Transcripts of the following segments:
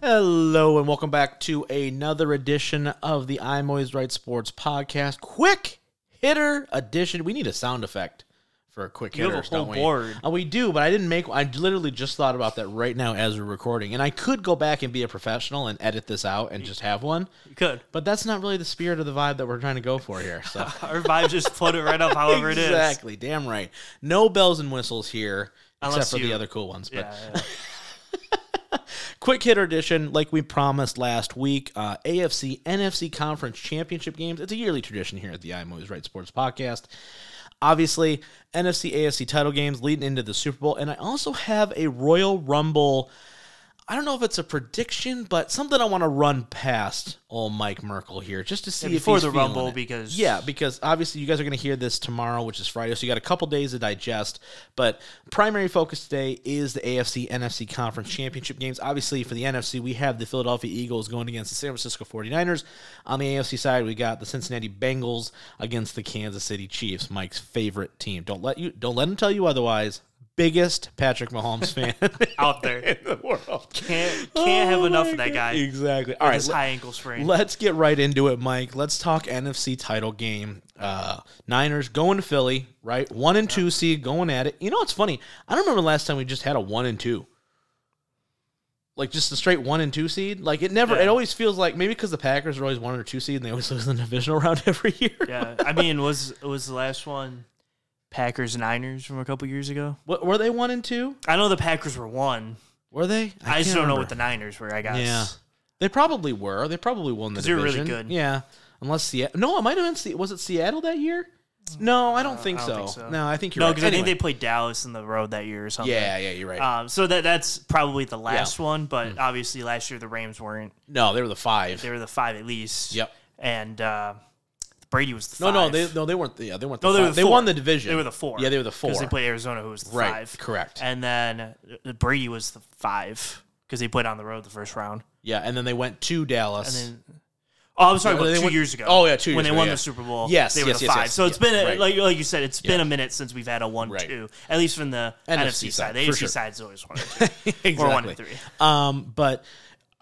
Hello and welcome back to another edition of the I'm Always Right Sports podcast. Quick hitter edition. We need a sound effect for a quick You hitter, have a whole don't board. we? Uh, we do, but I didn't make. I literally just thought about that right now as we're recording, and I could go back and be a professional and edit this out and just have one. You could. But that's not really the spirit of the vibe that we're trying to go for here. So Our vibe just float it right up however it is. exactly, damn right. No bells and whistles here, Unless except for you- the other cool ones. But Yeah, yeah. Quick hitter edition, like we promised last week, uh, AFC NFC Conference Championship games. It's a yearly tradition here at the I'm Always Right Sports Podcast. Obviously, NFC AFC title games leading into the Super Bowl, and I also have a Royal Rumble. I don't know if it's a prediction, but something I want to run past old Mike Merkel here just to see Yeah, if before he's the feeling Rumble it. because Yeah, because obviously you guys are going to hear this tomorrow, which is Friday, so you got a couple days to digest. But primary focus today is the AFC NFC Conference Championship games. Obviously, for the NFC, we have the Philadelphia Eagles going against the San Francisco 49ers. On the AFC side, we got the Cincinnati Bengals against the Kansas City Chiefs, Mike's favorite team. Don't let you don't let him tell you otherwise. Biggest Patrick Mahomes fan out there in the world. can't can't Oh have enough my of that God. guy. Exactly. All right, His let- high ankle sprain. Let's get right into it, Mike. Let's talk NFC title game. Uh, Niners going to Philly, right? One and two seed going at it. You know what's funny? I don't remember last time we just had a one and two. Like just the straight one and two seed. Like it never. Yeah. It always feels like maybe because the Packers are always one or two seed and they always lose in the divisional round every year. yeah, I mean, was was the last one Packers Niners from a couple years ago? What, were they one and two? I know the Packers were one. Were they? I, just can't don't know remember. what the Niners were. I guess. Yeah, they probably were. They probably won the 'Cause they were division. really good. Yeah, unless Seattle. No, it might have been. Se- Was it Seattle that year? No, I don't, think, Uh, I so. don't think so. No, I think you're No, right. because I Anyway. think they played Dallas in the road that year or something. Yeah, yeah, you're right. Um, so that that's probably the last one, but Hmm. obviously last year the Rams weren't. no, they were the five. They were the five at least. Yep. And uh, Brady was the No, no, five. they no, they weren't. The, yeah, they weren't. The No, they five. were they four. won the division. They were the four. Yeah, they were the four. Because they played Arizona, who was the Right, five. correct. And then uh, Brady was the five because they played on the road the first round. yeah, and then they went to And Dallas. then, oh, I'm sorry, Yeah, but they two went- years ago. oh, yeah, two years when they ago, won yeah. the Super Bowl. Yes, they were yes, the yes, five. yes, so it's yeah, been a, right. like like you said, it's been Yeah. a minute since we've had a one Right. two. At least from the NFC side, NFC side. The for AFC sure. side is always one and two. Or one and three. Um, but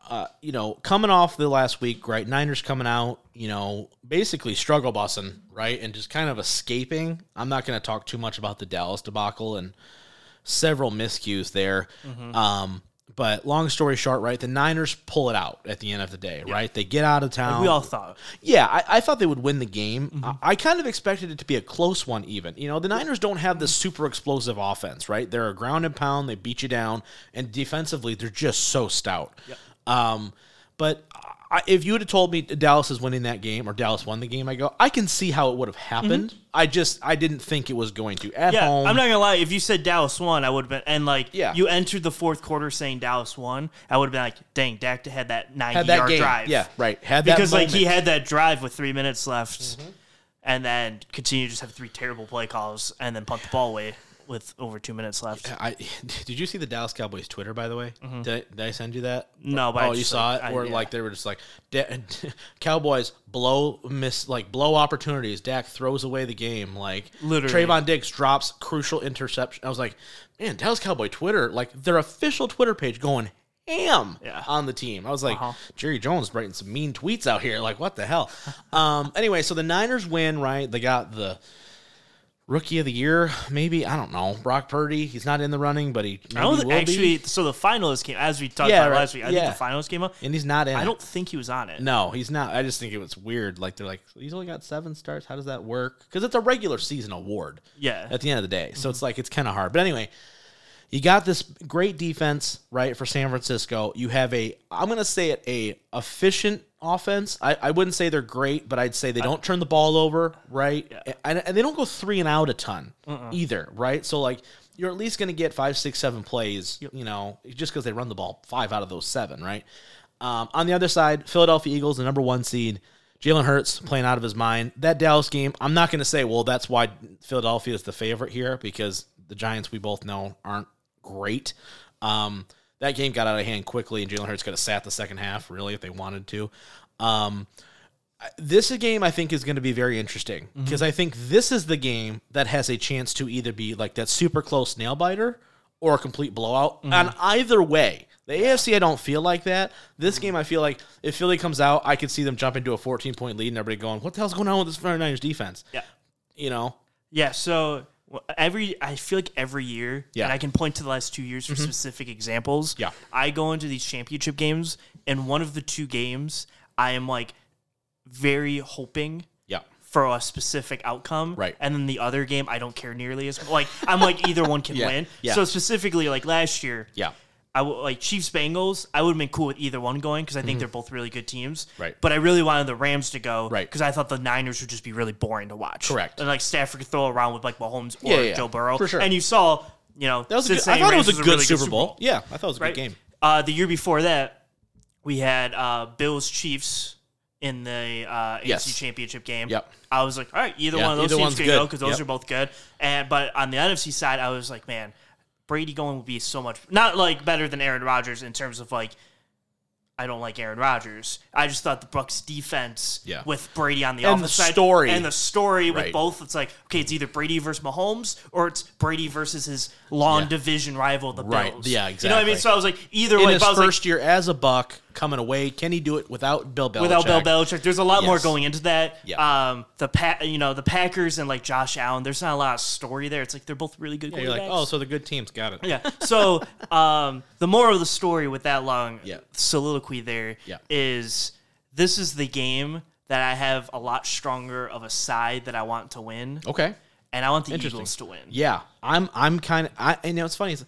uh, you know, coming off the last week, right? Niners coming out, you know, basically struggle bussing, right, and just kind of escaping. I'm not going to talk too much about the Dallas debacle and several miscues there. Mm-hmm. Um, but long story short, right, the Niners pull it out at the end of the day, right? They get out of town. We all thought. Yeah, I, I thought they would win the game. Mm-hmm. I, I kind of expected it to be a close one, even. You know, the Niners don't have this super explosive offense, right? They're a ground and pound, they beat you down, and defensively, they're just so stout. Um, but I, if you would have told me Dallas is winning that game or Dallas won the game, I go, I can see how it would have happened. I just, I didn't think it was going to. At Mm-hmm. Yeah, home, I'm not gonna lie. If you said Dallas won, I would have been, and like, Yeah. you entered the fourth quarter saying Dallas won, I would have been like, dang, Dak had that 90 had that yard game. E drive. Yeah, right. Had that because like he moment. Mm-hmm. had that drive with three minutes left, and then continue to just have three terrible play calls, and then punt the ball away with over two minutes left. I did you see the Dallas Cowboys Twitter by the way? Did, I, did I send you that? Mm-hmm. No, but I oh, you just, saw like, it. I- Where yeah. like they were just like Da- Cowboys blow miss like blow opportunities. Dak throws away the game. Like Literally. Trayvon Diggs drops crucial interception. I was like, man, Dallas Cowboy Twitter like their official Twitter page going ham Yeah. Uh-huh. on the team. I was like, Jerry Jones writing some mean tweets out here. Like what the hell? um. Anyway, so the Niners win. Right, they got the rookie of the year, maybe. I don't know. Brock Purdy, he's not in the running, but he maybe I don't think will be. actually. So the finalists came as we talked Yeah, about right. last week. I Yeah. think the finalists came up. And he's not in. I it. don't think he was on it. No, he's not. I just think it was weird. Like they're like, he's only got seven starts. How does that work? Because it's a regular season award Yeah, at the end of the day. So it's like it's kind of hard. But anyway, you got this great defense, right, for San Francisco. You have a I'm gonna say it a efficient offense. I, I wouldn't say they're great, but I'd say they don't turn the ball over, right? And, and they don't go three and out a ton either, right? So like you're at least gonna get five, six, seven plays, you know, just because they run the ball five out of those seven, right? Um, on the other side, Philadelphia Eagles, the number one seed. Jalen Hurts playing out of his mind. That Dallas game, I'm not going to say, well, that's why Philadelphia is the favorite here because the Giants, we both know, aren't great. Um, that game got out of hand quickly, and Jalen Hurts could have sat the second half, really, if they wanted to. Um, I- this game, I think, is going to be very interesting Mm-hmm. because I think this is the game that has a chance Mm-hmm. to either be like that super close nail biter or a complete blowout. And either way, The AFC, I don't feel like that. Mm-hmm. This game, I feel like if Philly comes out, I could see them jump into a 14 point lead and everybody going, "What the hell's going on with this 49ers defense?" Yeah. You know, Yeah, so w- every I feel like every year, Yeah. Mm-hmm. and I can point to the last two years for specific examples. Yeah. I go into these championship games, and one of the two games, I am like very hoping yeah, for a specific outcome, Right. And then the other game, I don't care nearly as like I'm like either one can Yeah, win. yeah. So specifically, like last year, yeah, I w- like Chiefs Bengals. I would have been cool with either one going because I think they're both really good teams. Mm-hmm. Right. But I really wanted the Rams to go. Right. Because I thought the Niners would just be really boring to watch. Correct. And like Stafford could throw around with like Mahomes or Yeah, yeah, Joe Burrow. for sure. And you saw, you know, that was. A good, I thought it was a good Super Bowl. Yeah, I thought it was a right? good game. Uh, the year before that, we had uh, Bills Chiefs in the uh, AFC Yes. Championship game. Yep. I was like, all right, either Yeah, one of those either teams one's can good. go because those Yep. are both good. And but on the NFC side, I was like, man, Brady going would be so much not like better than Aaron Rodgers in terms of like. I don't like Aaron Rodgers. I just thought the Bucks defense Yeah. with Brady on the And offense the side story. and the story with Right. both. It's like okay, it's either Brady versus Mahomes or it's Brady versus his long Yeah. division rival, the Right. Bills. Yeah, You know what I mean? exactly. So I was like, either In way, his if I was like, first year as a Buck, coming away, can he do it without Bill Belichick? without Bill Belichick, there's a lot more Yes. going into that. Yeah. Um, the pa- you know, the Packers and like Josh Allen, there's not a lot of story there. It's like they're both really good You're like, quarterbacks. oh, so the good teams got it. yeah. So um, the moral of the story with that long Yeah. soliloquy there is Yeah. this is the game that I have a lot stronger of a side that I want to win, Okay. and I want the Oh, Interesting. Eagles to win. Yeah, I'm. I'm kind of. I and you know it's funny. It's,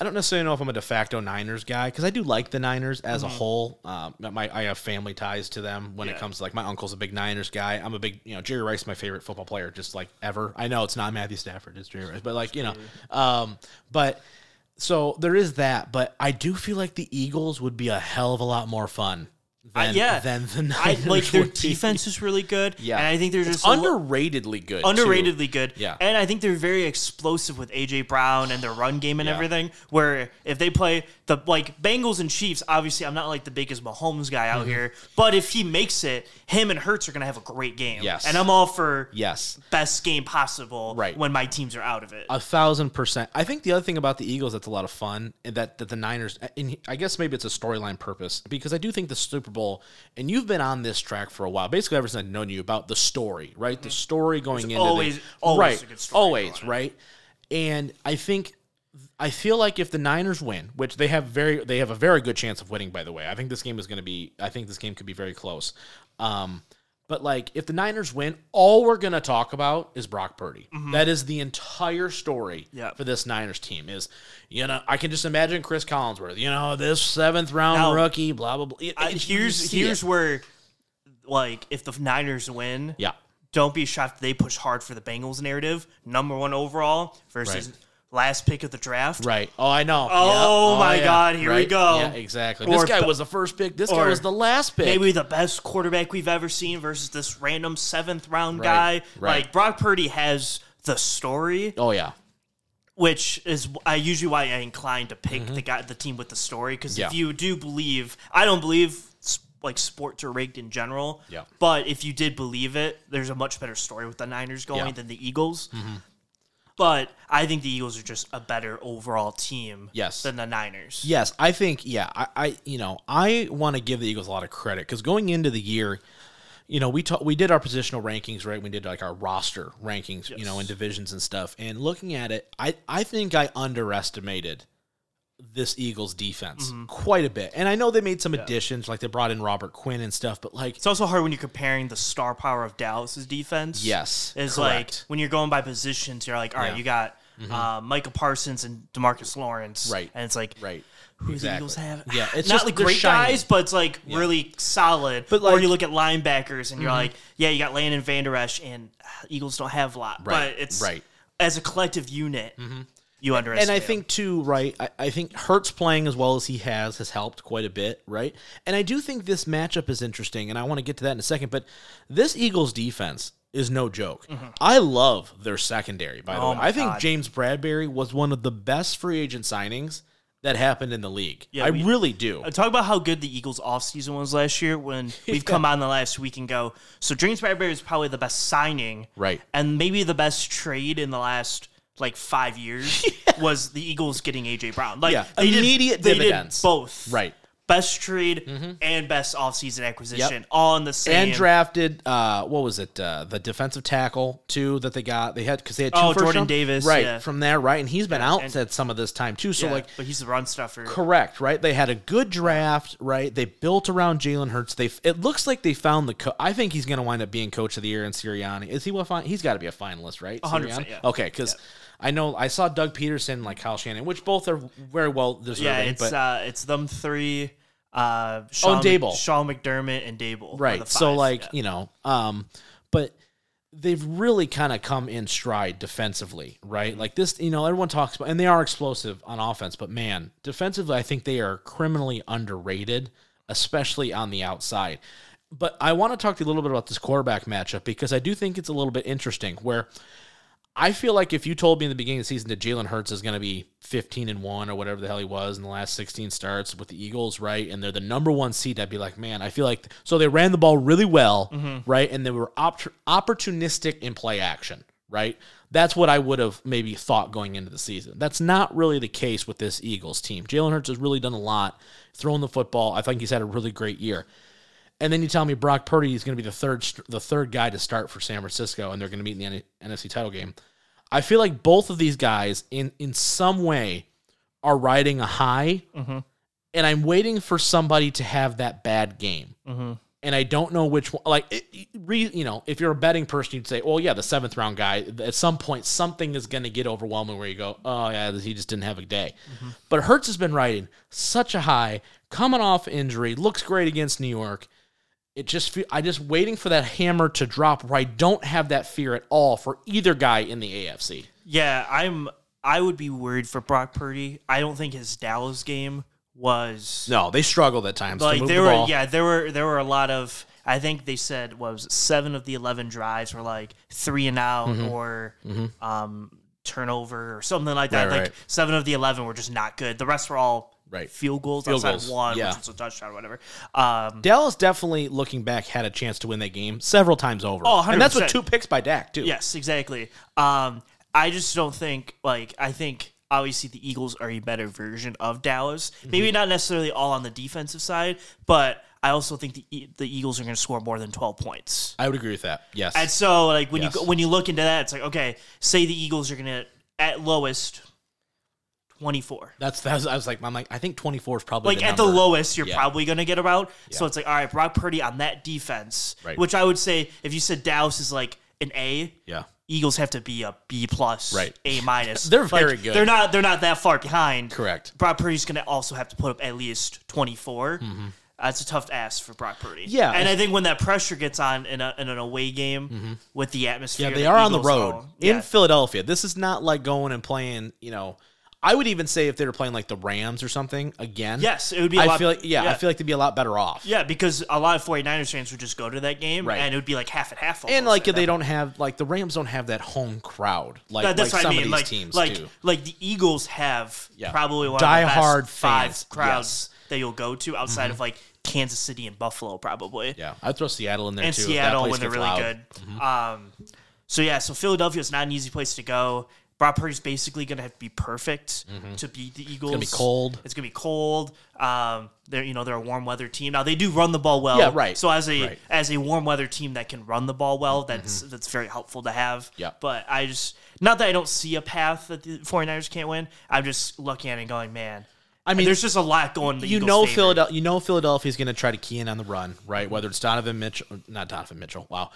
I don't necessarily know if I'm a de facto Niners guy because I do like the Niners as a whole. Um, my I have family ties to them when Mm-hmm. Yeah. it comes to like my uncle's a big Niners guy. I'm a big you know Jerry Rice my favorite football player just like ever. I know it's not Matthew Stafford, it's Jerry Rice, but like you know, um, but so there is that. But I do feel like the Eagles would be a hell of a lot more fun. Than, Uh, yeah. than the I Niners. like their would be. defense is really good. Yeah, And I think they're It's just a li- underratedly good. too. underratedly good. Yeah. And I think they're very explosive with AJ Brown and their run game and Yeah. everything. Where if they play the like Bengals and Chiefs, obviously I'm not like the biggest Mahomes guy Mm-hmm. out here, but if he makes it, him and Hertz are gonna have a great game. Yes. And I'm all for Yes. best game possible Right. Uh, when my teams are out of it. A thousand percent. I think the other thing about the Eagles that's a lot of fun, and that that the Niners, and I guess maybe it's a storyline purpose because I do think the Super Bowl, and you've been on this track for a while, basically ever since I've known you about the story, right? The story going into Mm-hmm. always- the, always right, a good story always going in. right, and I think. I feel like if the Niners win, which they have very, they have a very good chance of winning. By the way, I think this game is going to be. I think this game could be very close. Um, but like, if the Niners win, all we're going to talk about is Brock Purdy. Mm-hmm. That is the entire story Yeah. for this Niners team. Is you know, I can just imagine Chris Collinsworth. You know, this seventh round Now- rookie, blah blah blah. It- I- it- you Uh, here's see here's it. where like if the Niners win, yeah, don't be shocked that they push hard for the Bengals narrative, number one overall versus Right. last pick of the draft. right. Oh, I know. Oh, my God, here we Right? go. Yeah, exactly. Or this guy bu- was the first pick. This or guy was the last pick. maybe the best quarterback we've ever seen versus this random seventh round Right, guy. right. Like Brock Purdy has the story, oh yeah. which is I usually why I incline to pick the guy, the team with the story, because Mm-hmm. Yeah. if you do believe, I don't believe s- like sports are rigged in general. Yeah. But if you did believe it, there's a much better story with the Niners going Yeah. Mm-hmm. than the Eagles. But I think the Eagles are just a better overall team Yes. than the Niners. Yes, I think yeah, I, I you know I want to give the Eagles a lot of credit because going into the year, you know we ta- we did our positional rankings right, we did like our roster rankings, you know, and divisions and stuff. And looking at it, I I think I underestimated this Eagles defense Mm-hmm. quite a bit. And I know they made some additions, like they brought in Robert Quinn and stuff, but like It's also hard when you're comparing the star power of Dallas's defense. yes, is correct. like when you're going by positions, you're like, all right, Yeah. Mm-hmm. you got uh, Michael Parsons and Demarcus Lawrence, Right. And it's like, right. who exactly. the Eagles have? Yeah, it's not just- like they're great shiny. guys, but it's like really solid. But, or like- Mm-hmm. you look at linebackers and you're like, yeah, you got Landon Van Der Esch, and uh, Eagles don't have a lot, Right, but it's right. Mm-hmm. as a collective unit, you underestimate. and I them. think too, right? I, I think Hertz playing as well as he has has helped quite a bit, right? And I do think this matchup is interesting, and I want to get to that in a second. But this Eagles defense is no joke. I love their secondary. By the Mm-hmm. Oh way, my I think God. James Bradbury was one of the best free agent signings that happened in the league. Yeah, I we- really do. Uh, Talk about how good the Eagles' offseason was last year when we've come on the last week and go, so James Bradbury is probably the best signing. Right. And maybe the best trade in the last like five years was the Eagles getting AJ Brown. Like Yeah, they did- immediate they dividends. Did both Right. Mm-hmm. best trade and best offseason acquisition all in the same and drafted uh, what was it uh, the defensive tackle too that they got they had because they had two Oh, first Jordan round- Davis, right yeah. from there right and he's been out and- at some of this time too so Yeah, like but he's the run stuffer. correct right they had a good draft right they built around Jalen Hurts they it looks like they found the co- I think he's going to wind up being coach of the year in Sirianni is he will fin- he's got to be a finalist right 100%, Sirianni? yeah. okay because I know I saw Doug Peterson like Kyle Shannon which both are very well deserving yeah, it's but Oh, uh, it's them three. Uh, Sean, Mc- Dable. Sean McDermott, and Dable. are right the so five, like yeah. you know um but they've really kind of come in stride defensively right Mm-hmm. like this you know everyone talks about and they are explosive on offense but man defensively i think they are criminally underrated especially on the outside but i want to talk to you a little bit about this quarterback matchup because i do think it's a little bit interesting where I feel like if you told me in the beginning of the season that Jalen Hurts is going to be 15 and 1 or whatever the hell he was in the last 16 starts with the Eagles, right? And they're the number one seed, I'd be like, man, I feel like. So they ran the ball really well, right? And they were opt- opportunistic in play action, right? That's what I would have maybe thought going into the season. That's not really the case with this Eagles team. Jalen Hurts has really done a lot, throwing the football. I think he's had a really great year. And then you tell me Brock Purdy is going to be the third the third guy to start for San Francisco, and they're going to meet in the N- NFC title game. I feel like both of these guys, in in some way, are riding a high, and I'm waiting for somebody to have that bad game. And I don't know which one. Like, it, it- re, you know, if you're a betting person, you'd say, "Well, yeah, the seventh round guy. At some point, something is going to get overwhelming where you go, oh yeah, he just didn't have a day." But Hertz has been riding such a high, coming off injury, looks great against New York it just fe- I just waiting for that hammer to drop where I don't have that fear at all for either guy in the AFC. Yeah, I'm. I would be worried for Brock Purdy. I don't think his Dallas game was No, they struggled at times. like to move the there were. ball. Yeah, there were there were a lot of. I think they said what was it, seven of the eleven drives were like three and out Mm-hmm. or um, turnover or something like that. Right, like right. seven of the eleven were just not good. The rest were all Right. field goals Field outside goals, of one, yeah. which was a touchdown or whatever. Um, Dallas definitely looking back had a chance to win that game several times over. Oh, and that's with 100%. two picks by Dak too. Yes, exactly. Um, I just don't think like I think obviously the Eagles are a better version of Dallas. Mm-hmm. Maybe not necessarily all on the defensive side, but I also think the E- the Eagles are going to score more than twelve points. I would agree with that. Yes, And so like when you Yes. go when you look into that, it's like okay, say the Eagles are going to at lowest twenty four. that's that was, I was like I'm like I think 24 is probably Like the at the number. lowest, you're Yeah. probably going to get about. So it's like, all right, Brock Purdy on that defense, Right. which I would say if you said Dallas is like an A, Yeah, Eagles have to be a B plus, Right. A minus. They're very good. They're not. They're not that far behind. correct. Brock Purdy's going to also have to put up at least twenty That's a tough ask for Brock Purdy. Mm-hmm. Yeah. Mm-hmm. and I think when that pressure gets on in, a, in an away game with the atmosphere, Yeah, they the are on the Eagles road own- in yeah, Philadelphia. This is not like going and playing. You know, I would even say if they were playing like the Rams or something again. yes, it would be. A I lot, feel like yeah, yeah, I feel like they'd be a lot better off. yeah, because a lot of 49ers fans would just go to that game, Right. and it would be like half and half. And almost like at they that don't have like the Rams don't have that home crowd like, That- that's like what some I of mean. these Like, teams like, do. like the Eagles have Yeah. probably one of the Die-hard best five fans, crowds that you'll go to outside Mm-hmm. of like Kansas City and Buffalo, probably, Yeah, I'd throw Seattle in there and too. if that Seattle place when they're gets really loud. Mm-hmm. good. Um, so yeah, so Philadelphia is not an easy place to go. Brock Purdy's basically going to have to be perfect to beat the Eagles. It's Mm-hmm. gonna be cold. It's going to be cold. Um, they're you know they're a warm weather team. Now they do run the ball well. Yeah, right, So as a right. Mm-hmm. as a warm weather team that can run the ball well, that's that's very helpful to have. Yeah. But I just not that I don't see a path that the 49ers can't win. I'm just looking at it and going, man. I mean, there's just a lot going. The you Eagles know favor. Philadelphia. You know Philadelphia's going to try to key in on the run, right? Whether it's Donovan Mitchell, not Donovan Mitchell. Wow,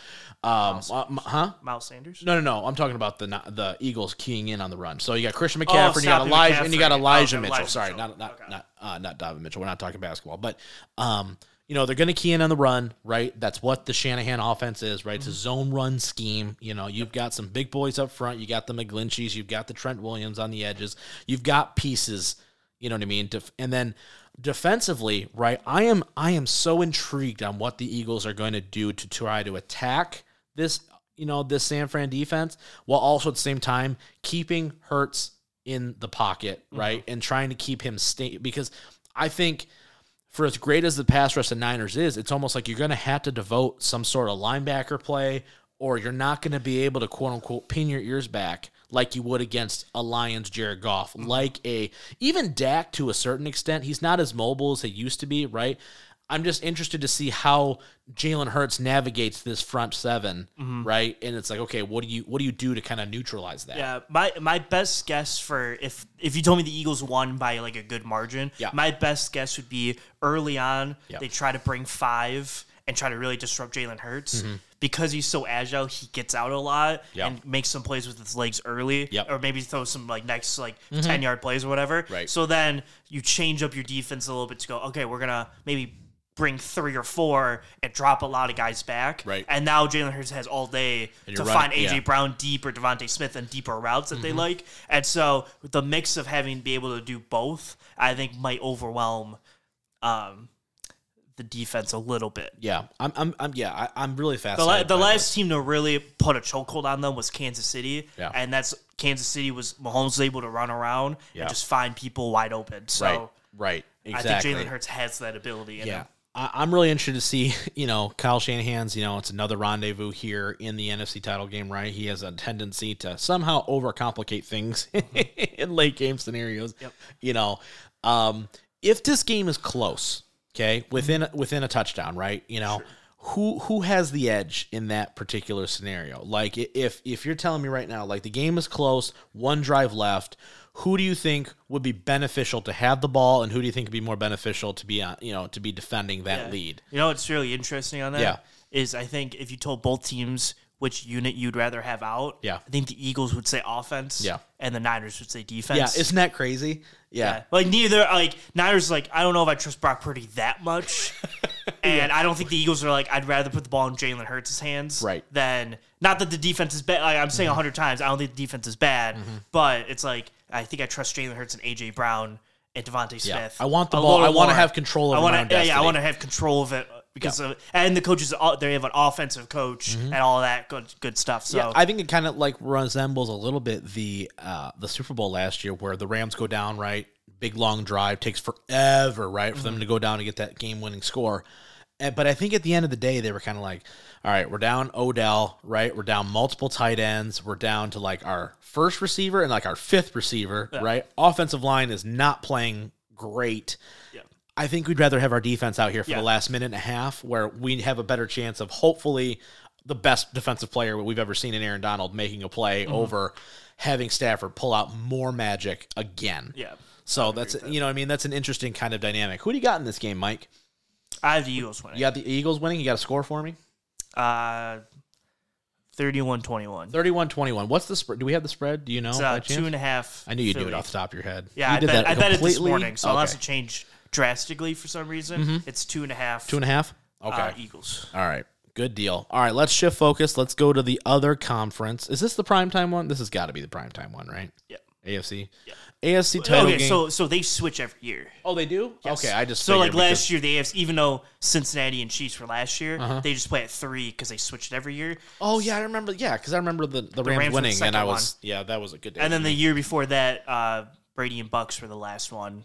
um, uh, m- huh? Miles Sanders. No, no, no. I'm talking about the not, the Eagles keying in on the run. So you got Christian Oh, McCaffrey, and you got Sappy Elijah, and you got McCaffrey. Elijah Okay, Mitchell. Elijah Sorry, Mitchell. not not Okay. not uh, not Donovan Mitchell. We're not talking basketball, but um, you know they're going to key in on the run, right? That's what the Shanahan offense is, right? It's Mm-hmm. a zone run scheme. You know, you've got some big boys up front. You got the McGlincheys. You've got the Trent Williams on the edges. You've got pieces. You know what I mean? Def- and then defensively, right? I am I am so intrigued on what the Eagles are going to do to try to attack this, you know, this San Fran defense while also at the same time keeping Hurts in the pocket, right? And trying to keep him stay because I think for as great as the pass rush the Niners is, it's almost like you're going to have to devote some sort of linebacker play, or you're not going to be able to quote unquote pin your ears back like you would against a Lions Jared Goff, like a even Dak to a certain extent. He's not as mobile as he used to be, right? I'm just interested to see how Jalen Hurts navigates this front 7 right? And it's like, okay, what do you what do you do to kind of neutralize that? Yeah, my my best guess for if if you told me the Eagles won by like a good margin, Yeah. my best guess would be early on Yeah. they try to bring five and try to really disrupt Jalen Hurts because he's so agile. He gets out a lot Mm-hmm. Yeah. and makes some plays with his legs early, Yep. Mm-hmm. or maybe throw some like next like ten yard plays or whatever. Right. So then you change up your defense a little bit to go, okay, we're gonna maybe. Bring three or four and drop a lot of guys back, Right. And now Jalen Hurts has all day And you're to find running- AJ yeah. Mm-hmm. Brown deep or Devontae Smith and deeper routes that they like. And so the mix of having be able to do both, I think might overwhelm um, the defense a little bit. Yeah, I'm, I'm, I'm yeah, I, I'm really The, la- fascinated. the by last team to really put a chokehold on them was Kansas City, Yeah. and that's Kansas City was Mahomes was able to run around Yeah. and just find people wide open. this. So right, right, exactly. I think Jalen Hurts has that ability. In Yeah. him. I, I'm really interested to see, you know, Kyle Shanahan's, you know, it's another rendezvous here in the NFC title game, right? He has a tendency to somehow overcomplicate things in late game scenarios. You know, um, if this game is close, okay, within within a touchdown, right? You know, who who has the edge in that particular scenario? Like i- if if you're telling me right now, like the game is close, one drive left, who do you think would be beneficial to have the ball, and who do you think would be more beneficial to be on, you know, to be defending that lead? You know what's really interesting on that is Yeah. I think if you told both teams which unit you'd rather have out, Yeah. I think the Eagles would say offense, Yeah. and the Niners would say Yeah, defense. isn't that crazy? Yeah, Yeah. like neither like Niners like I don't know if I trust Brock Purdy that much, and I don't think the Eagles are like I'd rather put the ball in Jalen Hurts' hands, Right. Mm-hmm. Than not that the defense is bad. Like I'm saying a hundred times, I don't think the defense is bad, but it's like I think I trust Jalen Hurts and AJ Brown and Devontae Smith. I want the a ball. little I want to more. have control over I my want own to, yeah, yeah, I destiny. want to have control of it because of, and the coaches uh, they have an offensive coach and all that good good stuff. So Mm-hmm. I think it kind of like resembles a little bit the uh, the Super Bowl last year where the Rams go down right, big long drive takes forever right for them to go down to get that game winning score. And, but I think at the end of the day they were kind of like, all right, we're down Odell, right? We're down multiple tight ends. We're down to like our first receiver and like our fifth receiver, right? Offensive line is not playing great. I think we'd rather have our defense out here for Yeah. the last minute and a half where we have a better chance of hopefully the best defensive player we've ever seen in Aaron Donald making a play Mm-hmm. over having Stafford pull out more magic again. yeah, So that's you know what I mean that's an interesting kind of dynamic. Who do you got in this game, Mike? I have the Eagles winning. You got the Eagles winning. You got a score for me? Uh, 31-21. 31-21. What's the spread? Do we have the spread? Do you know? It's, by uh, chance? two and a half. I knew you knew Philly. it off the top of your head. Yeah, you I bet, I bet it this completely? morning, so okay. Mm-hmm. unless it changed drastically for some reason, it's two and a half. two and a half. Okay. uh, Eagles. All right. Good deal. All right, let's shift focus. Let's go to the other conference. Is this the primetime one? This has got to be the primetime one, right? Yeah. AFC. AFC title Okay, game. so so they switch every year. oh, they do. Okay, I just so like last year the AFC, even though Cincinnati and Chiefs were last year, Uh-huh. they just play at three because they switched every year. Oh yeah, I remember. Yeah, because I remember the the, Rams, Rams were the winning, and second I was yeah, that was a good day. And then the year before that, uh, Brady and Bucks were the last one.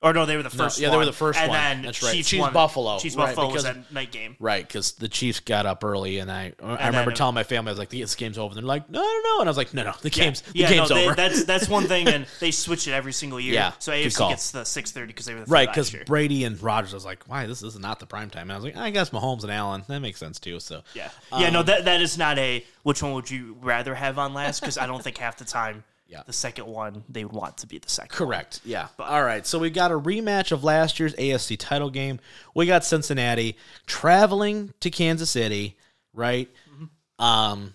Or no, they were the first. yeah, one. they were the first And one. then That's right. Chiefs, Chiefs won. Buffalo, Chiefs right, Buffalo was because- that night game. Right, because the Chiefs got up early, and I uh, I remember then- telling my family I was like, "This game's over." They're like, "No, no, no," and I was like, "No, no, the game's the Yeah, game's no, they- over." that's that's one thing, and they switch it every single year. Yeah, so good AFC call. gets the six thirty because they were the Right, third because last year. Brady and Rogers I was like, "Why this, this is not the prime time?" And I was like, "I guess Mahomes and Allen that makes sense too." So Yeah, yeah, um, no, that that is not a which one would you rather have on last because I don't think half the time, Yeah. the second one they would want to be the second. Correct. Yeah. All right. So we've got a rematch of last year's AFC title game. We got Cincinnati traveling to Kansas City, right? Mm-hmm. Um,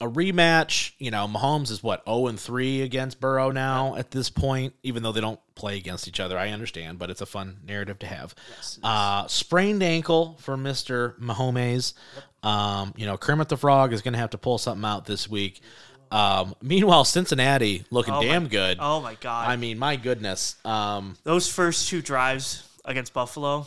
a rematch. You know, Mahomes is what zero and three against Burrow now at this point. Even though they don't play against each other, I understand, but it's a fun narrative to have. uh, sprained ankle for Mister Mahomes. Um, you know, Kermit the Frog is going to have to pull something out this week. Um, meanwhile, Cincinnati looking damn good. Oh my god, I mean, my goodness. Um, those first two drives against Buffalo.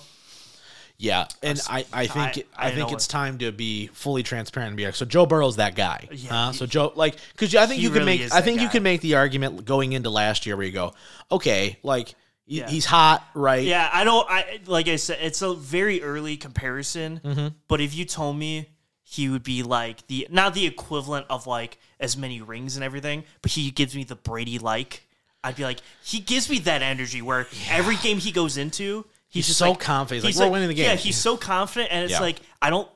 yeah, and I, I think I- I, I think know it's time to be fully transparent and be like, so Joe Burrow's that guy. Yeah, huh? so Joe, like, because I think he you can really make is I that think you guy. can make the argument going into last year where you go, okay, like he- Yeah. he's hot, right? Yeah, Mm-hmm. I don't. I like I said, it's a very early comparison. But if you told me he would be like the not the equivalent of like as many rings and everything, but he gives me the Brady like. I'd be like, he gives me that energy where every game he goes into, He's he's, just so like, confident. He's like, "We're winning the game." Yeah, he's so confident, and it's Yeah. like I don't,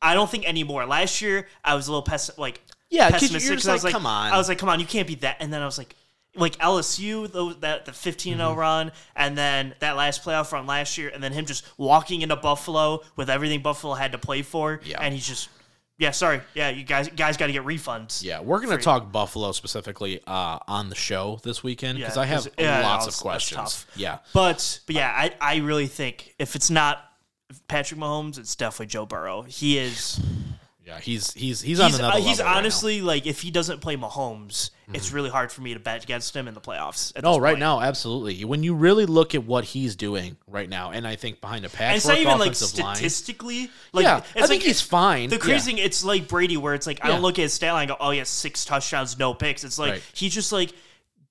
I don't think anymore. Last year, I was a little pess- like Yeah, 'cause you're pessimistic. just 'cause I was like, like, "Come on." I was like, come on, you can't be that. And then I was like, like LSU, the, that the 15 0 Mm-hmm. run, and then that last playoff run last year, and then him just walking into Buffalo with everything Buffalo had to play for, Yeah. and he's just, yeah, sorry, yeah, you guys, guys got to get refunds. Yeah, we're going to talk Buffalo specifically uh, on the show this weekend because Yeah, I have 'cause- yeah, lots that's- of that's questions. tough. Yeah, But but yeah, I, I really think if it's not Patrick Mahomes, it's definitely Joe Burrow. He is yeah, he's he's he's, on he's, another. uh, he's level right now. Mm-hmm. honestly like if he doesn't play Mahomes, it's really hard for me to bet against him in the playoffs. at No, this right point. now, absolutely. When you really look at what he's doing right now, and I think behind a And patchwork it's not even like offensive line, statistically. Like yeah, it's I like think he's fine. the Yeah. crazy thing, it's like Brady where it's like I Yeah. don't look at his stat line and go, Oh yeah, six touchdowns, no picks. It's like Right. he just like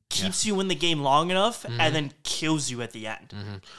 keeps you in the game long enough Mm-hmm. and then kills you at the end.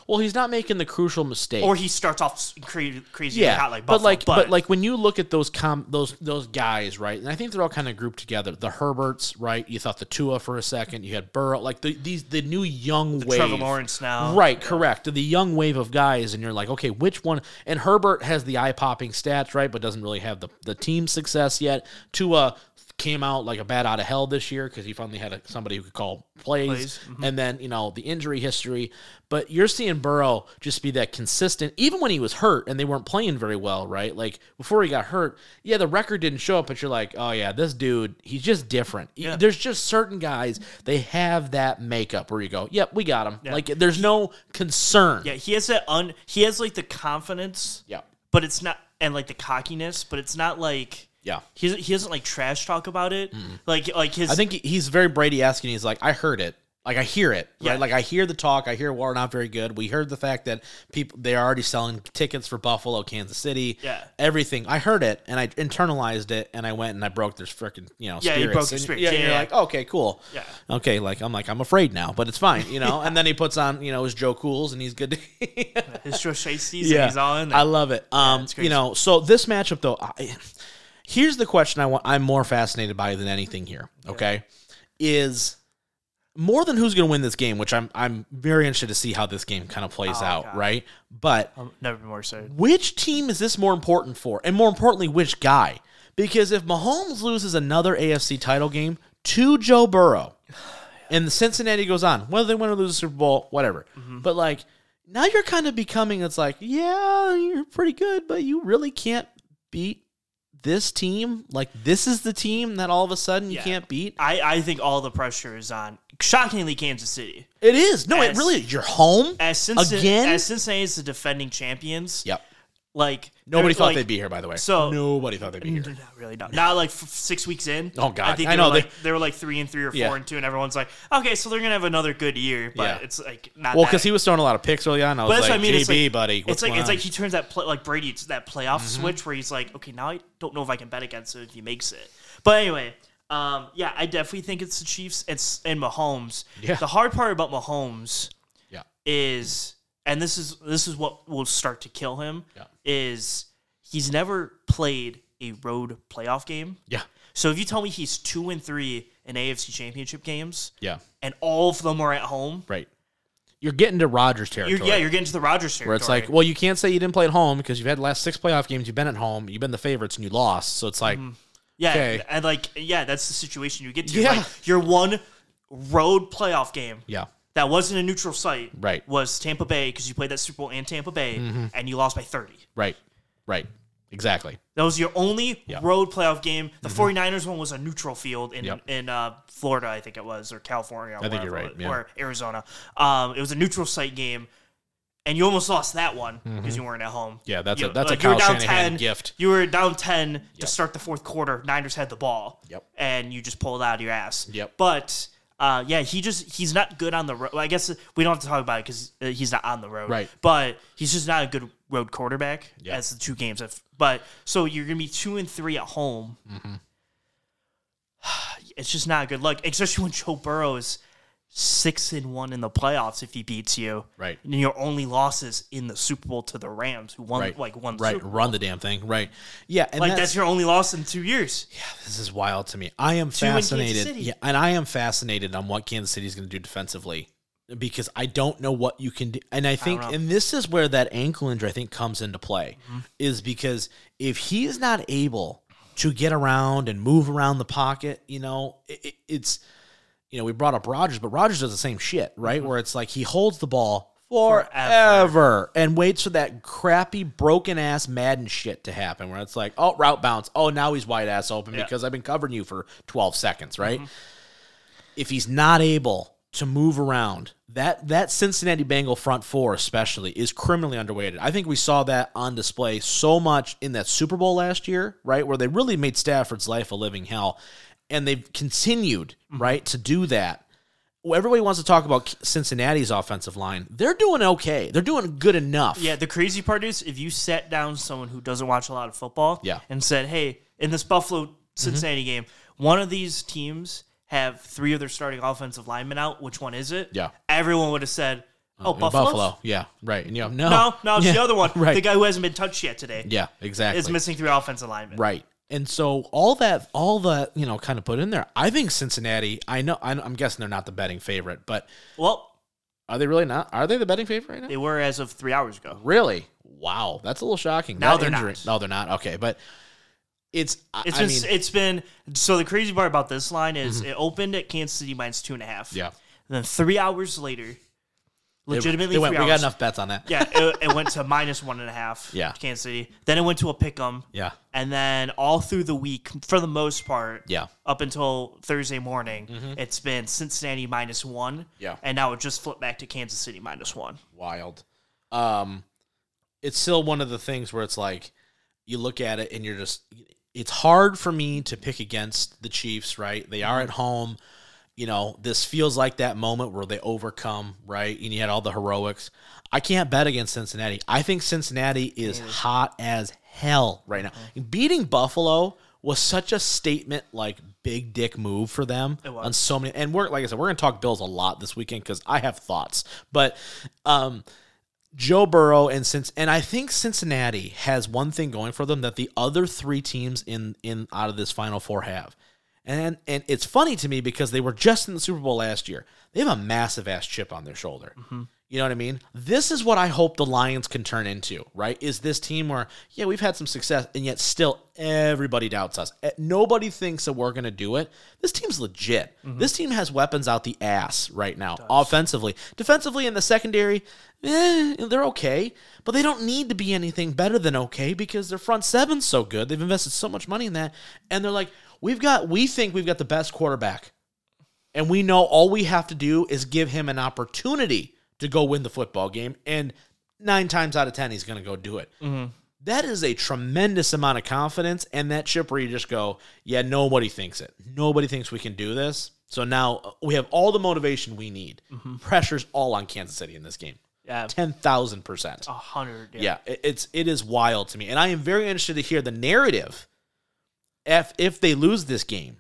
Well, he's not making the crucial mistake. Or he starts off s- cra- crazy yeah, hot like but Buffalo, like, but, like when you look at those com those those guys, right? And I think they're all kind of grouped together. The Herberts, right? You thought the Tua for a second. You had Burrow, like the these the new young wave. Trevor Lawrence now. Right, correct. The young wave of guys, and you're like, okay, which one? And Herbert has the eye popping stats, right, but doesn't really have the, the team success yet. Tua came out like a bat out of hell this year because he finally had a, somebody who could call plays. Plays, mm-hmm. And then, you know, the injury history. But you're seeing Burrow just be that consistent, even when he was hurt and they weren't playing very well, right? Like before he got hurt, yeah, the record didn't show up, but you're like, oh, yeah, this dude, he's just different. Yeah. There's just certain guys, they have that makeup where you go, yep, we got him. Like there's no concern. Yeah, he has that un. He has like the confidence, Yeah. but it's not and like the cockiness, but it's not like Yeah. He he doesn't like trash talk about it. Like like his I think he- he's very Brady asking. He's like, I heard it. Like I hear it. Yeah. Right? Like I hear the talk. I hear we're not very good. We heard the fact that people they are already selling tickets for Buffalo, Kansas City. Yeah. Everything. I heard it and I internalized it and I went and I broke their freaking you know Yeah, you spirits. broke their And- spirits. Yeah, and Yeah, you're yeah. like, okay, cool. Yeah. Okay, like I'm like, I'm afraid now, but it's fine, you know? And then he puts on, you know, his Joe Cools and he's good to his Joe Shasties yeah. he's all in there. I love it. Um, it's you know, so this matchup though, I, here's the question I want. I'm more fascinated by than anything here. Okay, is more than who's going to win this game, which I'm I'm very interested to see how this game kind of plays out, Oh, God. right? But I'm Um, never more excited. which team is this more important for, and more importantly, which guy? Because if Mahomes loses another AFC title game to Joe Burrow, and the Cincinnati goes on, whether they win or lose the Super Bowl, whatever. Mm-hmm. But like now, you're kind of becoming. It's like, yeah, you're pretty good, but you really can't beat this team. Like this is the team that all of a sudden you Yeah. can't beat. I I think all the pressure is on shockingly Kansas City. It is no, it As- really. You're home As Cincinnati, again. as Cincinnati is the defending champions, yep. like Nobody they're, thought like, they'd be here. By the way, so- nobody thought they'd be here. Not really, not not like f- six weeks in. Oh, God. I think I they know, were they- like, they were like three and three or four Yeah. and two, and everyone's like, okay, so they're gonna have another good year, but Yeah. it's like not Well, that because he was throwing a lot of picks early on. I was But that's like, what I mean. JB, It's like, buddy. what's it's like going it's on?" Mm-hmm. like he turns that play, like Brady to that playoff switch where he's like, okay, now I don't know if I can bet against it if he makes it. But anyway, um, yeah, I definitely think it's the Chiefs. It's and Mahomes. Yeah. The hard part about Mahomes yeah, is, and this is this is what will start to kill him. Yeah. Is he's never played a road playoff game. yeah, So if you tell me he's two and three in AFC Championship games, yeah. and all of them are at home, Right. You're getting to Rogers territory. you're, yeah, you're getting to the Rogers territory. where it's like, well, you can't say you didn't play at home because you've had the last six playoff games. You've been at home. You've been the favorites and you lost. So it's like, Mm-hmm. Yeah, Okay. and like yeah, that's the situation you get to. Yeah. Like your one road playoff game yeah, that wasn't a neutral site, Right. Mm-hmm. Was Tampa Bay because you played that Super Bowl in Tampa Bay and you lost by thirty. right, right, exactly. That was your only Yeah. Mm-hmm. road playoff game. The 49ers one was a neutral field in Yep. in uh, Florida, I think it was, or California, or I think you're wherever right, it- yeah. or Arizona. Um, it was a neutral site game, and you almost lost that one because you weren't at home. Mm-hmm. Yeah, that's a- You- that's a you were Kyle down Shanahan 10, gift. You were down ten to start the fourth quarter. Niners had the ball. Yep. and you just pulled out of your ass. Yep. but. Uh, yeah, he just he's not good on the road. I guess we don't have to talk about it because uh, he's not on the road. Right. But he's just not a good road quarterback. Yeah. That's the two games. I've, but so you're gonna be two and three at home. Mm-hmm. It's just not a good luck, especially when Joe Burrow is six and one in the playoffs if he beats you. Right. And your only losses in the Super Bowl to the Rams, who won Right. like one right. Super Bowl. Run the damn thing. Right. Yeah. And Like that's, that's, your only loss in two years. this is wild to me. I am in Kansas fascinated. City. Yeah, and I am fascinated on what Kansas City is going to do defensively because I don't know what you can do. And I think, know. Mm-hmm. and this is where that ankle injury I think comes into play, is because if he is not able to get around and move around the pocket, you know, it, it- it's. You know, we brought up Rodgers, but Rodgers does the same shit, right? Where it's like he holds the ball forever, and waits for that crappy, broken ass Madden shit to happen where it's like, oh, route bounce. Oh, now he's wide ass open because I've been covering you for 12 seconds, right? If he's not able to move around, that, that Cincinnati Bengal front four, especially, is criminally underweighted. I think we saw that on display so much in that Super Bowl last year, right? Where they really made Stafford's life a living hell. And they've continued, Mm-hmm. right, to do that well, everybody wants to talk about Cincinnati's offensive line. They're doing okay. They're doing good enough. Yeah, the crazy part is if you sat down someone who doesn't watch a lot of football Yeah. Mm-hmm. and said, hey, in this Buffalo Cincinnati game, one of these teams have three of their starting offensive linemen out. Which one is it? Yeah. Everyone would have said, oh, Buffalo. Buffalo. Yeah. Right. And you know, no. No, no, it's yeah. the other one. Right. The guy who hasn't been touched yet today yeah. Exactly. is missing three offensive linemen. Right. And so all that, all that, you know, kind of put in there. I think Cincinnati. I know. I- I'm guessing they're not the betting favorite, but Well, are they really not? Are they the betting favorite right now? they were as of three hours ago. really? Wow. That's a little shocking. No, That they're injury- not. No, they're not. Okay, but it's. I, It's I been, mean, Mm-hmm. it's been so the crazy part about this line is it opened at Kansas City minus two and a half. yeah. And then three hours later, They- legitimately they went, three we got hours. enough bets on that. yeah, it, it went to minus one and a half. Yeah. Kansas City. Then it went to a pick 'em, Yeah. and then all through the week, for the most part, Yeah. Mm-hmm. up until Thursday morning, it's been Cincinnati minus one. Yeah. and now it just flipped back to Kansas City minus one. wild. Um, it's still one of the things where it's like you look at it and you're just. It's hard for me to pick against the Chiefs, right? They are at home. You know, this feels like that moment where they overcome, right? And you had all the heroics. I can't bet against Cincinnati. I think Cincinnati is hot as hell right now. Beating Buffalo was such a statement, like big dick move for them was. on so many. And we're like I said, we're gonna talk Bills a lot this weekend because I have thoughts. But um, Joe Burrow and since and I think Cincinnati has one thing going for them that the other three teams in in out of this final four have. And and it's funny to me because they were just in the Super Bowl last year. They have a massive ass chip on their shoulder. You know what I mean? This is what I hope the Lions can turn into, right? Is this team where, yeah, we've had some success, and yet still everybody doubts us. Eh, Nobody thinks that we're going to do it. This team's legit. This team has weapons out the ass right now, offensively. Defensively, in the secondary, eh, they're okay, but they don't need to be anything better than okay because their front seven's so good. They've invested so much money in that. And they're like, we've got, we think we've got the best quarterback and we know all we have to do is give him an opportunity to go win the football game and nine times out of ten he's going to go do it That is a tremendous amount of confidence and that chip where you just go yeah nobody thinks it nobody thinks we can do this so now uh, we have all the motivation we need pressure's all on kansas city in this game Yeah, 10000% a hundred. yeah, it- it's it is wild to me, and I am very interested to hear the narrative. If if they lose this game,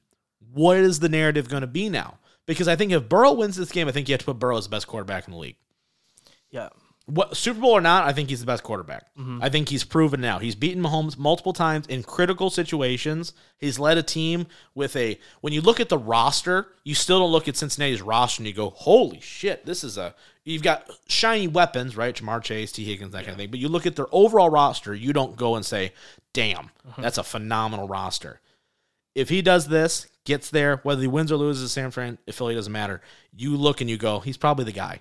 what is the narrative going to be now? Because I think if Burrow wins this game, I think you have to put Burrow as the best quarterback in the league. yeah. What Super Bowl or not, I think he's the best quarterback. I think he's proven now. He's beaten Mahomes multiple times in critical situations. He's led a team with a when you look at the roster, you still don't look at Cincinnati's roster and you go, Holy shit, this is a you've got shiny weapons, right? Jamar Chase, T. Higgins, that kind of thing. But you look at their overall roster, you don't go and say, Damn, that's a phenomenal roster if he does this, gets there, whether he wins or loses to San Fran, if Philly doesn't matter, you look and you go, he's probably the guy.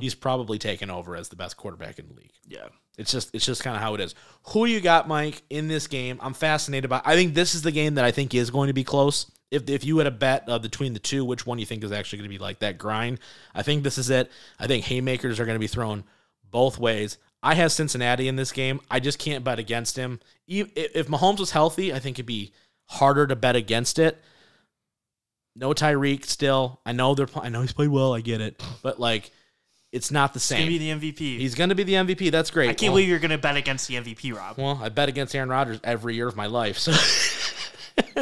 He's probably taken over as the best quarterback in the league. Yeah. It's just it's just kind of how it is. Who you got, Mike, in this game? I'm fascinated by. I think this is the game that I think is going to be close. If if you had a bet uh, between the two, which one you think is actually going to be like that grind? I think this is it. I think haymakers are going to be thrown both ways. I have Cincinnati in this game. I just can't bet against him. E- i- If Mahomes was healthy, I think it'd be harder to bet against it. No Tyreek still. I know they're. Pl- I know he's played well. I get it, but like, it's not the Give same. me the MVP. He's going to be the MVP. That's great. I can't believe you're going to bet against the MVP, Rob. Well, I bet against Aaron Rodgers every year of my life. So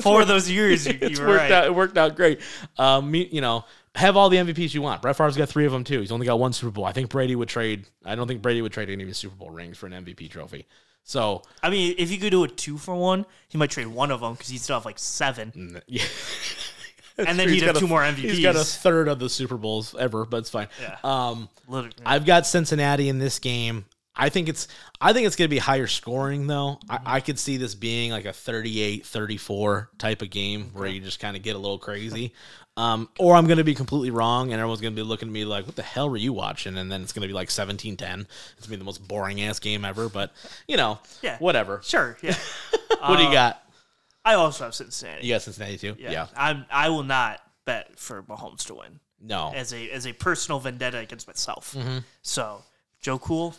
for those years. You, It's you were worked right. out. It worked out great. Um, me, you know, have all the MVPs you want. Brett Favre's got three of them too. He's only got one Super Bowl. I think Brady would trade. I don't think Brady would trade any of his Super Bowl rings for an MVP trophy. So I mean, if you could do a two for one, he might trade one of them because he'd still have like seven. n- yeah. And then He's he'd have got a- two more He's got a MVPs. third of the Super Bowls ever, but it's fine. Yeah. Um, Literally. I've got Cincinnati in this game. I think it's I think it's going to be higher scoring though. I, I could see this being like a 38-34 type of game where you just kind of get a little crazy. Um, or I'm going to be completely wrong and everyone's going to be looking at me like what the hell were you watching and then it's going to be like 17-10. It's going to be the most boring ass game ever, but you know, Yeah. Uh, whatever. Sure. Yeah. what do you got? I also have Cincinnati. You got Cincinnati too? Yeah. I'm. I will not bet for Mahomes to win No. as a as a personal vendetta against myself. Mm-hmm. So Joe Cool.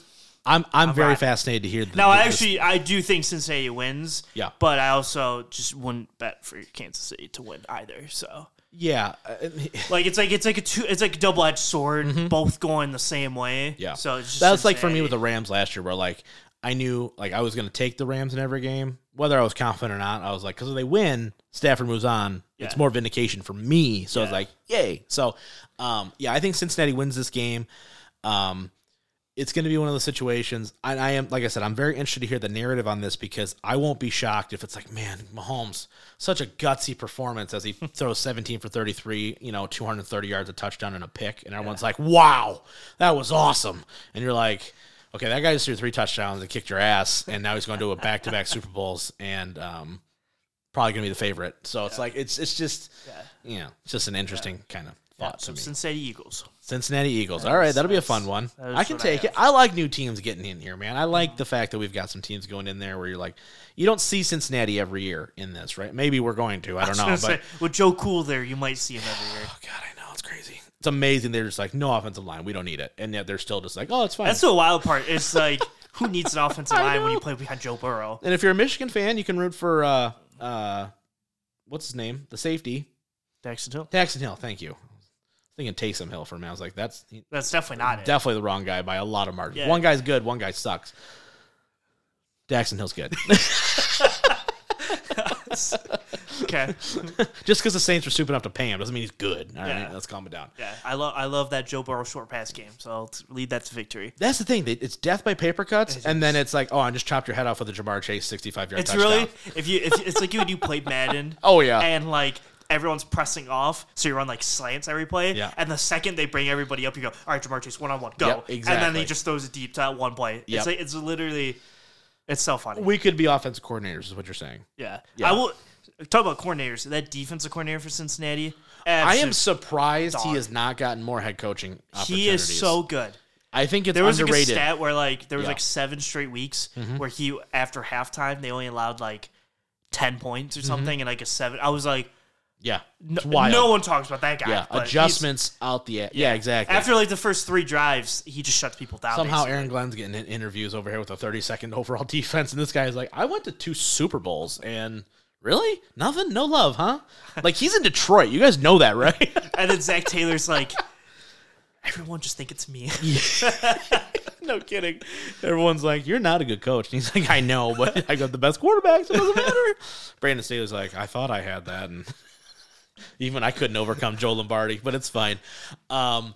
I'm I'm very right. fascinated to hear the, Now I this- actually I do think Cincinnati wins. Yeah. But I also just wouldn't bet for Kansas City to win either. So Yeah. uh, like it's like it's like a two it's like a double edged sword, both going the same way. Mm-hmm. Yeah. So it's just that was like for me Cincinnati. with the Rams last year, where like I knew like I was going to take the Rams in every game, whether I was confident or not. I was like, because if they win, Stafford moves on. It's Yeah. more vindication for me. So I was Yeah. like, yay. So, um, yeah, I think Cincinnati wins this game. Um, it's going to be one of those situations. And I am, like I said, I'm very interested to hear the narrative on this because I won't be shocked if it's like, man, Mahomes, such a gutsy performance as he throws 17 for 33, you know, 230 yards, a touchdown, and a pick. And everyone's like, wow, that was awesome. And you're like, okay, that guy just threw three touchdowns and kicked your ass. And now he's going to a back to back Super Bowls and um, probably going to be the favorite. So it's like, it's, it's just, you know, it's just an interesting kind of thought to so me. Cincinnati Eagles. Cincinnati Eagles. All right, that'll be a that's- fun one. that is I can what I take it. I like new teams getting in here, man. I like the fact that we've got some teams going in there where you're like, you don't see Cincinnati every year in this, right? Maybe we're going to. I don't know. I But was gonna say, with Joe Cool there, you might see him every year. oh god, I know it's crazy. It's amazing. They're just like, no offensive line, we don't need it, and yet they're still just like, oh, it's fine. That's the wild part. It's like who needs an offensive I line when know. you play behind Joe Burrow? and if you're a Michigan fan, you can root for uh, uh, what's his name, the safety, Daxton Hill. Daxton Hill. Thank you. I was thinking Taysom Hill for a minute. I was like, that's he- That's definitely not it. definitely the wrong guy by a lot of margins. Yeah. One guy's good, one guy sucks. Daxton Hill's good. okay. Just because the Saints were stupid enough to pay him doesn't mean he's good. All right, Yeah. let's calm it down. Yeah, I love I love that Joe Burrow short pass game. So I'll t- lead that to victory. That's the thing. they- It's death by paper cuts, and then it's like, oh, I just chopped your head off with a Jamar Chase 65 yard It's touchdown. really if you if, it's like you when you played Madden. Oh, yeah. And like everyone's pressing off, so you run like slants every play. Yeah. And the second they bring everybody up, you go, all right, Jamar Chase, one on one, go. Yep, And then exactly. he just throws it deep to that one play. Yep. It's like it's literally it's so funny. We could be offensive coordinators, is what you're saying. Yeah. Yeah. I will talk about coordinators. That defensive coordinator for Cincinnati. I am absolute- surprised he dog. has not gotten more head coaching opportunities. he is so good. I think it's There was like, a underrated. stat where like there was Yeah. Mm-hmm. like seven straight weeks where he after halftime they only allowed like ten points or something and like a seven. I was like, yeah, no, it's Mm-hmm. wild. no one talks about that guy. yeah, but he's- adjustments out the yeah, yeah exactly. After like the first three drives, he just shuts people down. Somehow basically. Aaron Glenn's getting in- interviews over here with a 30 second overall defense, and this guy is like, I went to two Super Bowls and. Really? Nothing? No love, huh? Like he's in Detroit. You guys know that, right? and then Zach Taylor's like, everyone just think it's me. no kidding. Everyone's like, "You're not a good coach," and he's like, "I know, but I got the best quarterback, so it doesn't matter." Brandon Staley's like, "I thought I had that, and even I couldn't overcome Joe Lombardi, but it's fine." Um,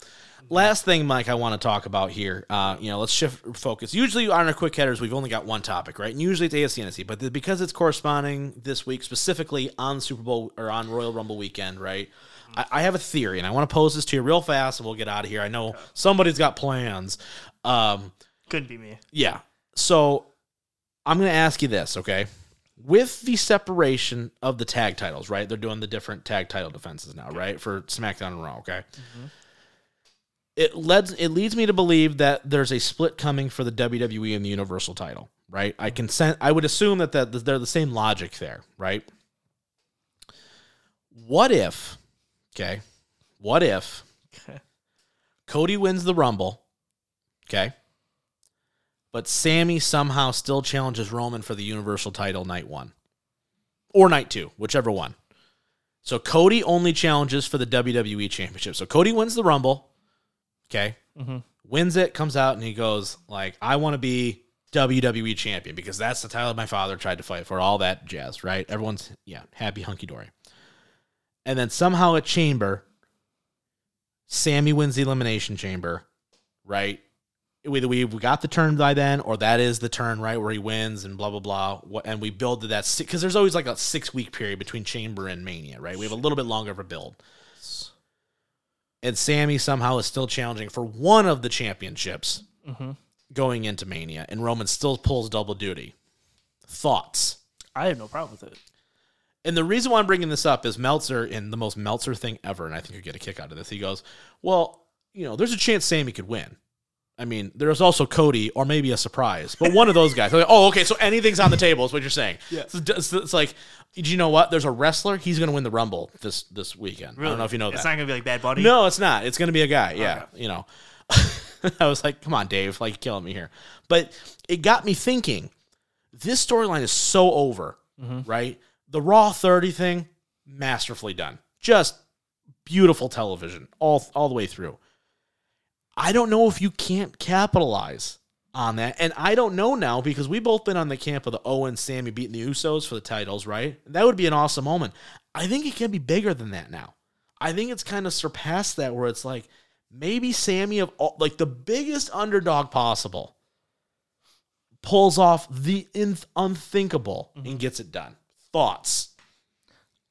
last thing, Mike, I want to talk about here. Uh, you know, let's shift focus. Usually on our quick headers, we've only got one topic, right? And usually it's AFC NFC, but the, because it's corresponding this week specifically on Super Bowl or on Royal Rumble weekend, right? I, I have a theory, and I want to pose this to you real fast, and we'll get out of here. I know somebody's got plans. Um, Couldn't be me. yeah. So I'm going to ask you this, okay? With the separation of the tag titles, right? They're doing the different tag title defenses now, right? For SmackDown and Raw, okay? It leads it leads me to believe that there's a split coming for the WWE and the Universal title, right? I can sen- I would assume that, that they're the same logic there, right? What if, okay? What if Cody wins the Rumble, okay? but Sammy somehow still challenges Roman for the Universal title night one or night two, whichever one. So Cody only challenges for the WWE championship. So Cody wins the Rumble, okay, wins it, comes out, and he goes like, "I want to be WWE champion because that's the title my father tried to fight for, all that jazz, right? Everyone's, yeah, happy hunky dory. And then somehow at Chamber, Sammy wins the Elimination Chamber, right? Whether we we got the turn by then, or that is the turn, right, where he wins and blah blah blah. What, and we build to that because there's always like a six week period between Chamber and Mania, right? We have a little bit longer of a build and Sammy somehow is still challenging for one of the championships going into Mania, and Roman still pulls double duty. Thoughts? I have no problem with it. And the reason why I'm bringing this up is Meltzer, and the most Meltzer thing ever, and I think you get a kick out of this. He goes, Well, you know, there's a chance Sammy could win. I mean, there's also Cody, or maybe a surprise, but one of those guys. Like, oh, okay, so anything's on the table is what you're saying. Yeah. So it's, it's like, do you know what? There's a wrestler. He's going to win the Rumble this this weekend. I don't know if you know that. It's not gonna be like Bad Buddy. No, it's not. It's going to be a guy. Yeah, you know. I was like, come on, Dave, like you're killing me here. But it got me thinking. This storyline is so over, right? The Raw 30 thing, masterfully done. Just beautiful television all all the way through. I don't know if you can't capitalize on that. And I don't know now because we've both been on the camp of the Owen Sammy beating the Usos for the titles, right? That would be an awesome moment. I think it can be bigger than that now. I think it's kind of surpassed that where it's like maybe Sammy of all, like the biggest underdog possible pulls off the in- unthinkable Mm-hmm. and gets it done. Thoughts?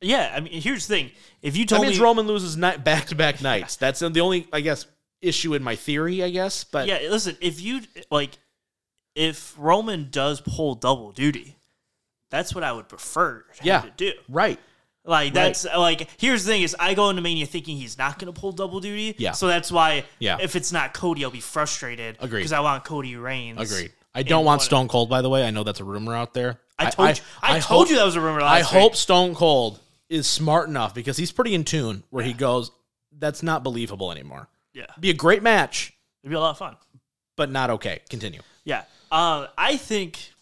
Yeah, I mean, here's the thing. If you That told means me, Roman loses night back to back nights. That's the only, I guess, issue in my theory. I guess, but yeah, listen, if you like, if Roman does pull double duty, that's what I would prefer to Yeah. have to do. right. Like that's like here's the thing is I go into Mania thinking he's not going to pull double duty. Yeah. So that's why Yeah. if it's not Cody, I'll be frustrated. Agreed. Because I want Cody Reigns. Agreed. I don't want Stone Cold, by the way. I know that's a rumor out there. I told you. I, told hope- you that was a rumor. I Last week. hope Stone Cold is smart enough because he's pretty in tune where he goes, that's not believable anymore. Yeah. Be a great match, It'd be a lot of fun. but not okay. Continue. Yeah. Uh, I think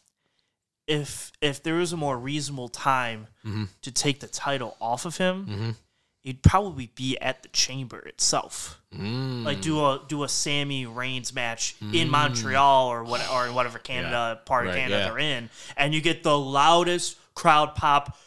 if if there was a more reasonable time Mm-hmm. to take the title off of him, he'd probably be at the chamber itself. Mm. Like do a do a Sammy Reigns match in Montreal or what or in whatever Canada part of Right, Canada yeah. they're in, and you get the loudest crowd pop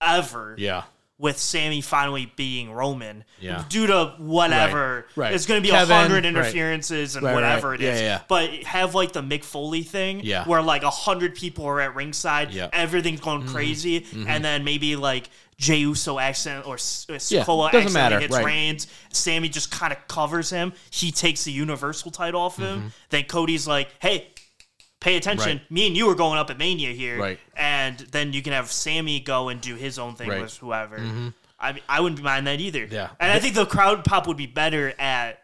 ever Yeah. with Sammy finally being Roman Yeah. due to whatever. Right, right. It's going to be a Kevin, hundred right. interferences and Right, right, whatever right. it is. Yeah, yeah. But have like the Mick Foley thing Yeah. where like a hundred people are at ringside, Yep. Mm-hmm. everything's going crazy, and then maybe like Jey Uso accident or S- uh, Yeah, Sokoa doesn't accidentally matter, hits right. Reigns. Sammy just kind of covers him. He takes the Universal title off Mm-hmm. him. Then Cody's like, hey, pay attention. Me and you are going up at Mania here. Right. And then you can have Sammy go and do his own thing Right. Mm-hmm. with whoever. I mean, I wouldn't mind that either. Yeah. And I think the crowd pop would be better at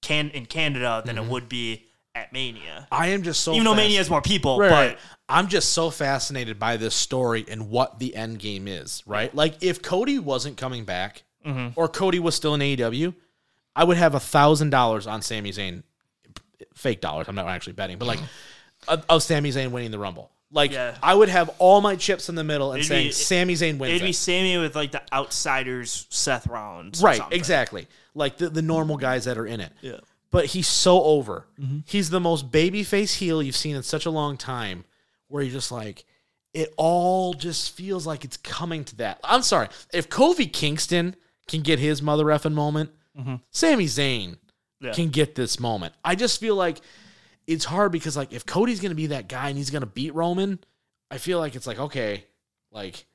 can in Canada than Mm-hmm. it would be at Mania. I am just so Even though fasc- Mania has more people, Oh, Right, but right. I'm just so fascinated by this story and what the end game is, right? Like if Cody wasn't coming back Mm-hmm. or Cody was still in AEW, I would have a thousand dollars on Sami Zayn, fake dollars. I'm not actually betting, but like of, of Sami Zayn winning the Rumble. Like Yeah. I would have all my chips in the middle and It'd saying be- Sami Zayn wins. it'd be it. Sammy with like the outsiders Seth Rollins. or Right, something. exactly. Like the, the normal guys that are in it. Yeah. Mm-hmm. But he's so over. He's the most babyface heel you've seen in such a long time where you're just like, it all just feels like it's coming to that. I'm sorry. If Kofi Kingston can get his mother effing moment, Sami Zayn Mm-hmm. Yeah. can get this moment. I just feel like it's hard because like if Cody's gonna be that guy and he's gonna beat Roman, I feel like it's like okay, like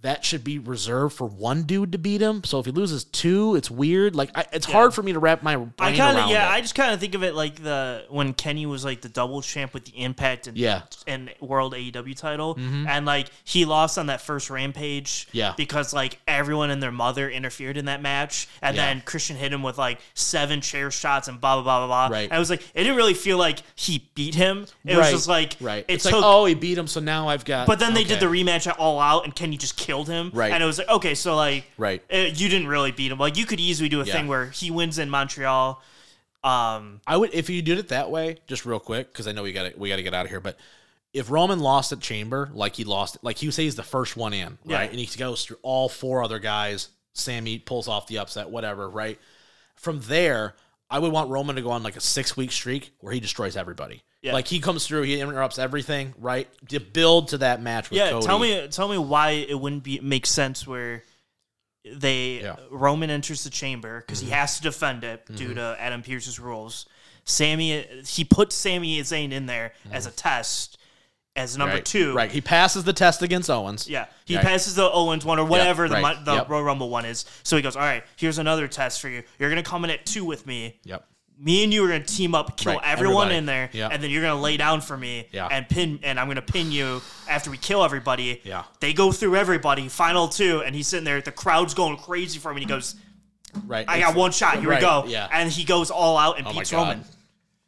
that should be reserved for one dude to beat him. So if he loses two, it's weird. Like I, it's hard for me to wrap my brain I kind of around yeah, it. I just kind of think of it like the when Kenny was like the double champ with the Impact and Yeah. Mm-hmm. and World AEW title, and like he lost on that first Rampage, Yeah. because like everyone and their mother interfered in that match, and Yeah. then Christian hit him with like seven chair shots and blah blah blah blah blah. Right. I was like, it didn't really feel like he beat him. It was Right, just like right. It it's took like oh, he beat him, so now I've got. but then they did okay. the rematch at All Out, and Kenny just killed him. Right. And it was like, okay, so like, Right. eh, you didn't really beat him. Like, you could easily do a Yeah. thing where he wins in Montreal. Um, I would if you did it that way, just real quick, because I know we got to we got to get out of here. But if Roman lost at Chamber, like he lost, like he would say he's the first one in, Yeah. right? And he goes through all four other guys. Sammy pulls off the upset, whatever, right? From there, I would want Roman to go on like a six week streak where he destroys everybody. Yeah. Like he comes through, he interrupts everything, right? To build to that match with yeah, Cody. tell me, tell me why it wouldn't be make sense where they Yeah. Mm-hmm. Roman enters the chamber because he has to defend it due to Adam Pierce's rules. Sammy, he puts Sammy Zayn in there as a test, as number Mm-hmm. right. two. Right. He passes the test against Owens. Yeah, he Right. passes the Owens one or whatever the right, mon- the yep. Royal Rumble one is. So he goes, all right, here's another test for you. You're gonna come in at two with me. Yep. Me and you are gonna team up, kill Right, everyone everybody. in there, Yeah. and then you're gonna lay down for me Yeah. and pin, and I'm gonna pin you after we kill everybody. Yeah. they go through everybody, final two, and he's sitting there. The crowd's going crazy for him, and he goes, Right. "I got It's- one shot. Here right, we go." yeah. And he goes all out and Oh my beats God. Roman.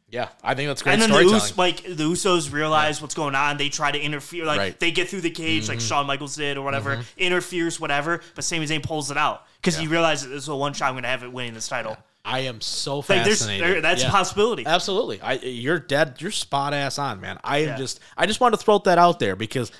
Yeah. I think that's great And then the, storytelling. Us- like, the Usos realize what's going on. They try to interfere. Like Right. Mm-hmm. they get through the cage, like Shawn Michaels did or whatever. Interferes, whatever. But Sami Zayn pulls it out because he realizes this is a one shot. I'm going to have it winning this title. I am so Like there's fascinated. there, that's Yeah. a possibility. Absolutely. I you're dead. You're spot ass on, man. I am Yeah. just I just wanted to throw that out there because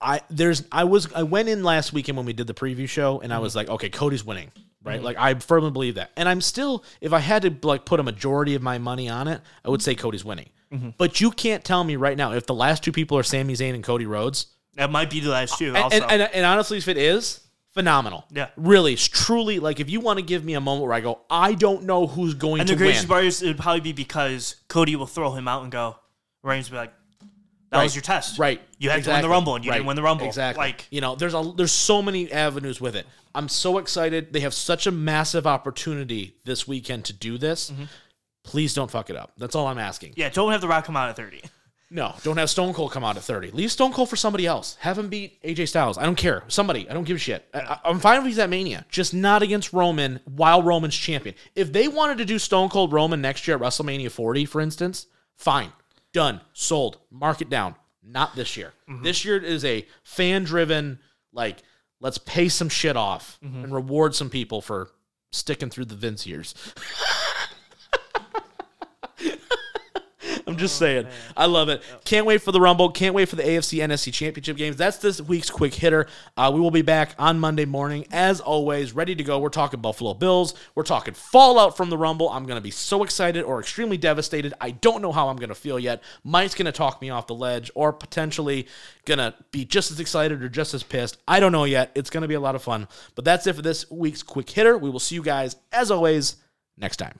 I there's I was I went in last weekend when we did the preview show Mm-hmm. and I was like, okay, Cody's winning. Right? Like I firmly believe that. And I'm still if I had to like put a majority of my money on it, I Mm-hmm. would say Cody's winning. But you can't tell me right now if the last two people are Sami Zayn and Cody Rhodes. That might be the last two. And, Also, and, and, and honestly, if it is, phenomenal. Yeah. Really, it's truly like if you want to give me a moment where I go, I don't know who's going And to the greatest win. part is it would probably be because Cody will throw him out and go. Reigns will be like, "That was Right. your test. Right. You had to win the Exactly. Rumble, and you Right. didn't win the Rumble. Exactly. Like you know, there's a there's so many avenues with it. I'm so excited. They have such a massive opportunity this weekend to do this. Mm-hmm. Please don't fuck it up. That's all I'm asking. yeah, don't have the Rock come out at 30. No, don't have Stone Cold come out at 30. Leave Stone Cold for somebody else. Have him beat AJ Styles. I don't care. Somebody. I don't give a shit. I- I, I'm fine if he's at Mania, just not against Roman while Roman's champion. If they wanted to do Stone Cold Roman next year at WrestleMania 40, for instance, fine. Done. Sold. Mark it down. Not this year. This year is a fan driven, like, let's pay some shit off and reward some people for sticking through the Vince years. I'm just saying. I love it. Can't wait for the Rumble. Can't wait for the AFC NSC Championship games. That's this week's quick hitter. Uh, we will be back on Monday morning, as always, ready to go. We're talking Buffalo Bills. We're talking fallout from the Rumble. I'm going to be so excited or extremely devastated. I don't know how I'm going to feel yet. Mike's going to talk me off the ledge or potentially going to be just as excited or just as pissed. I don't know yet. It's going to be a lot of fun. But that's it for this week's quick hitter. We will see you guys, as always, next time.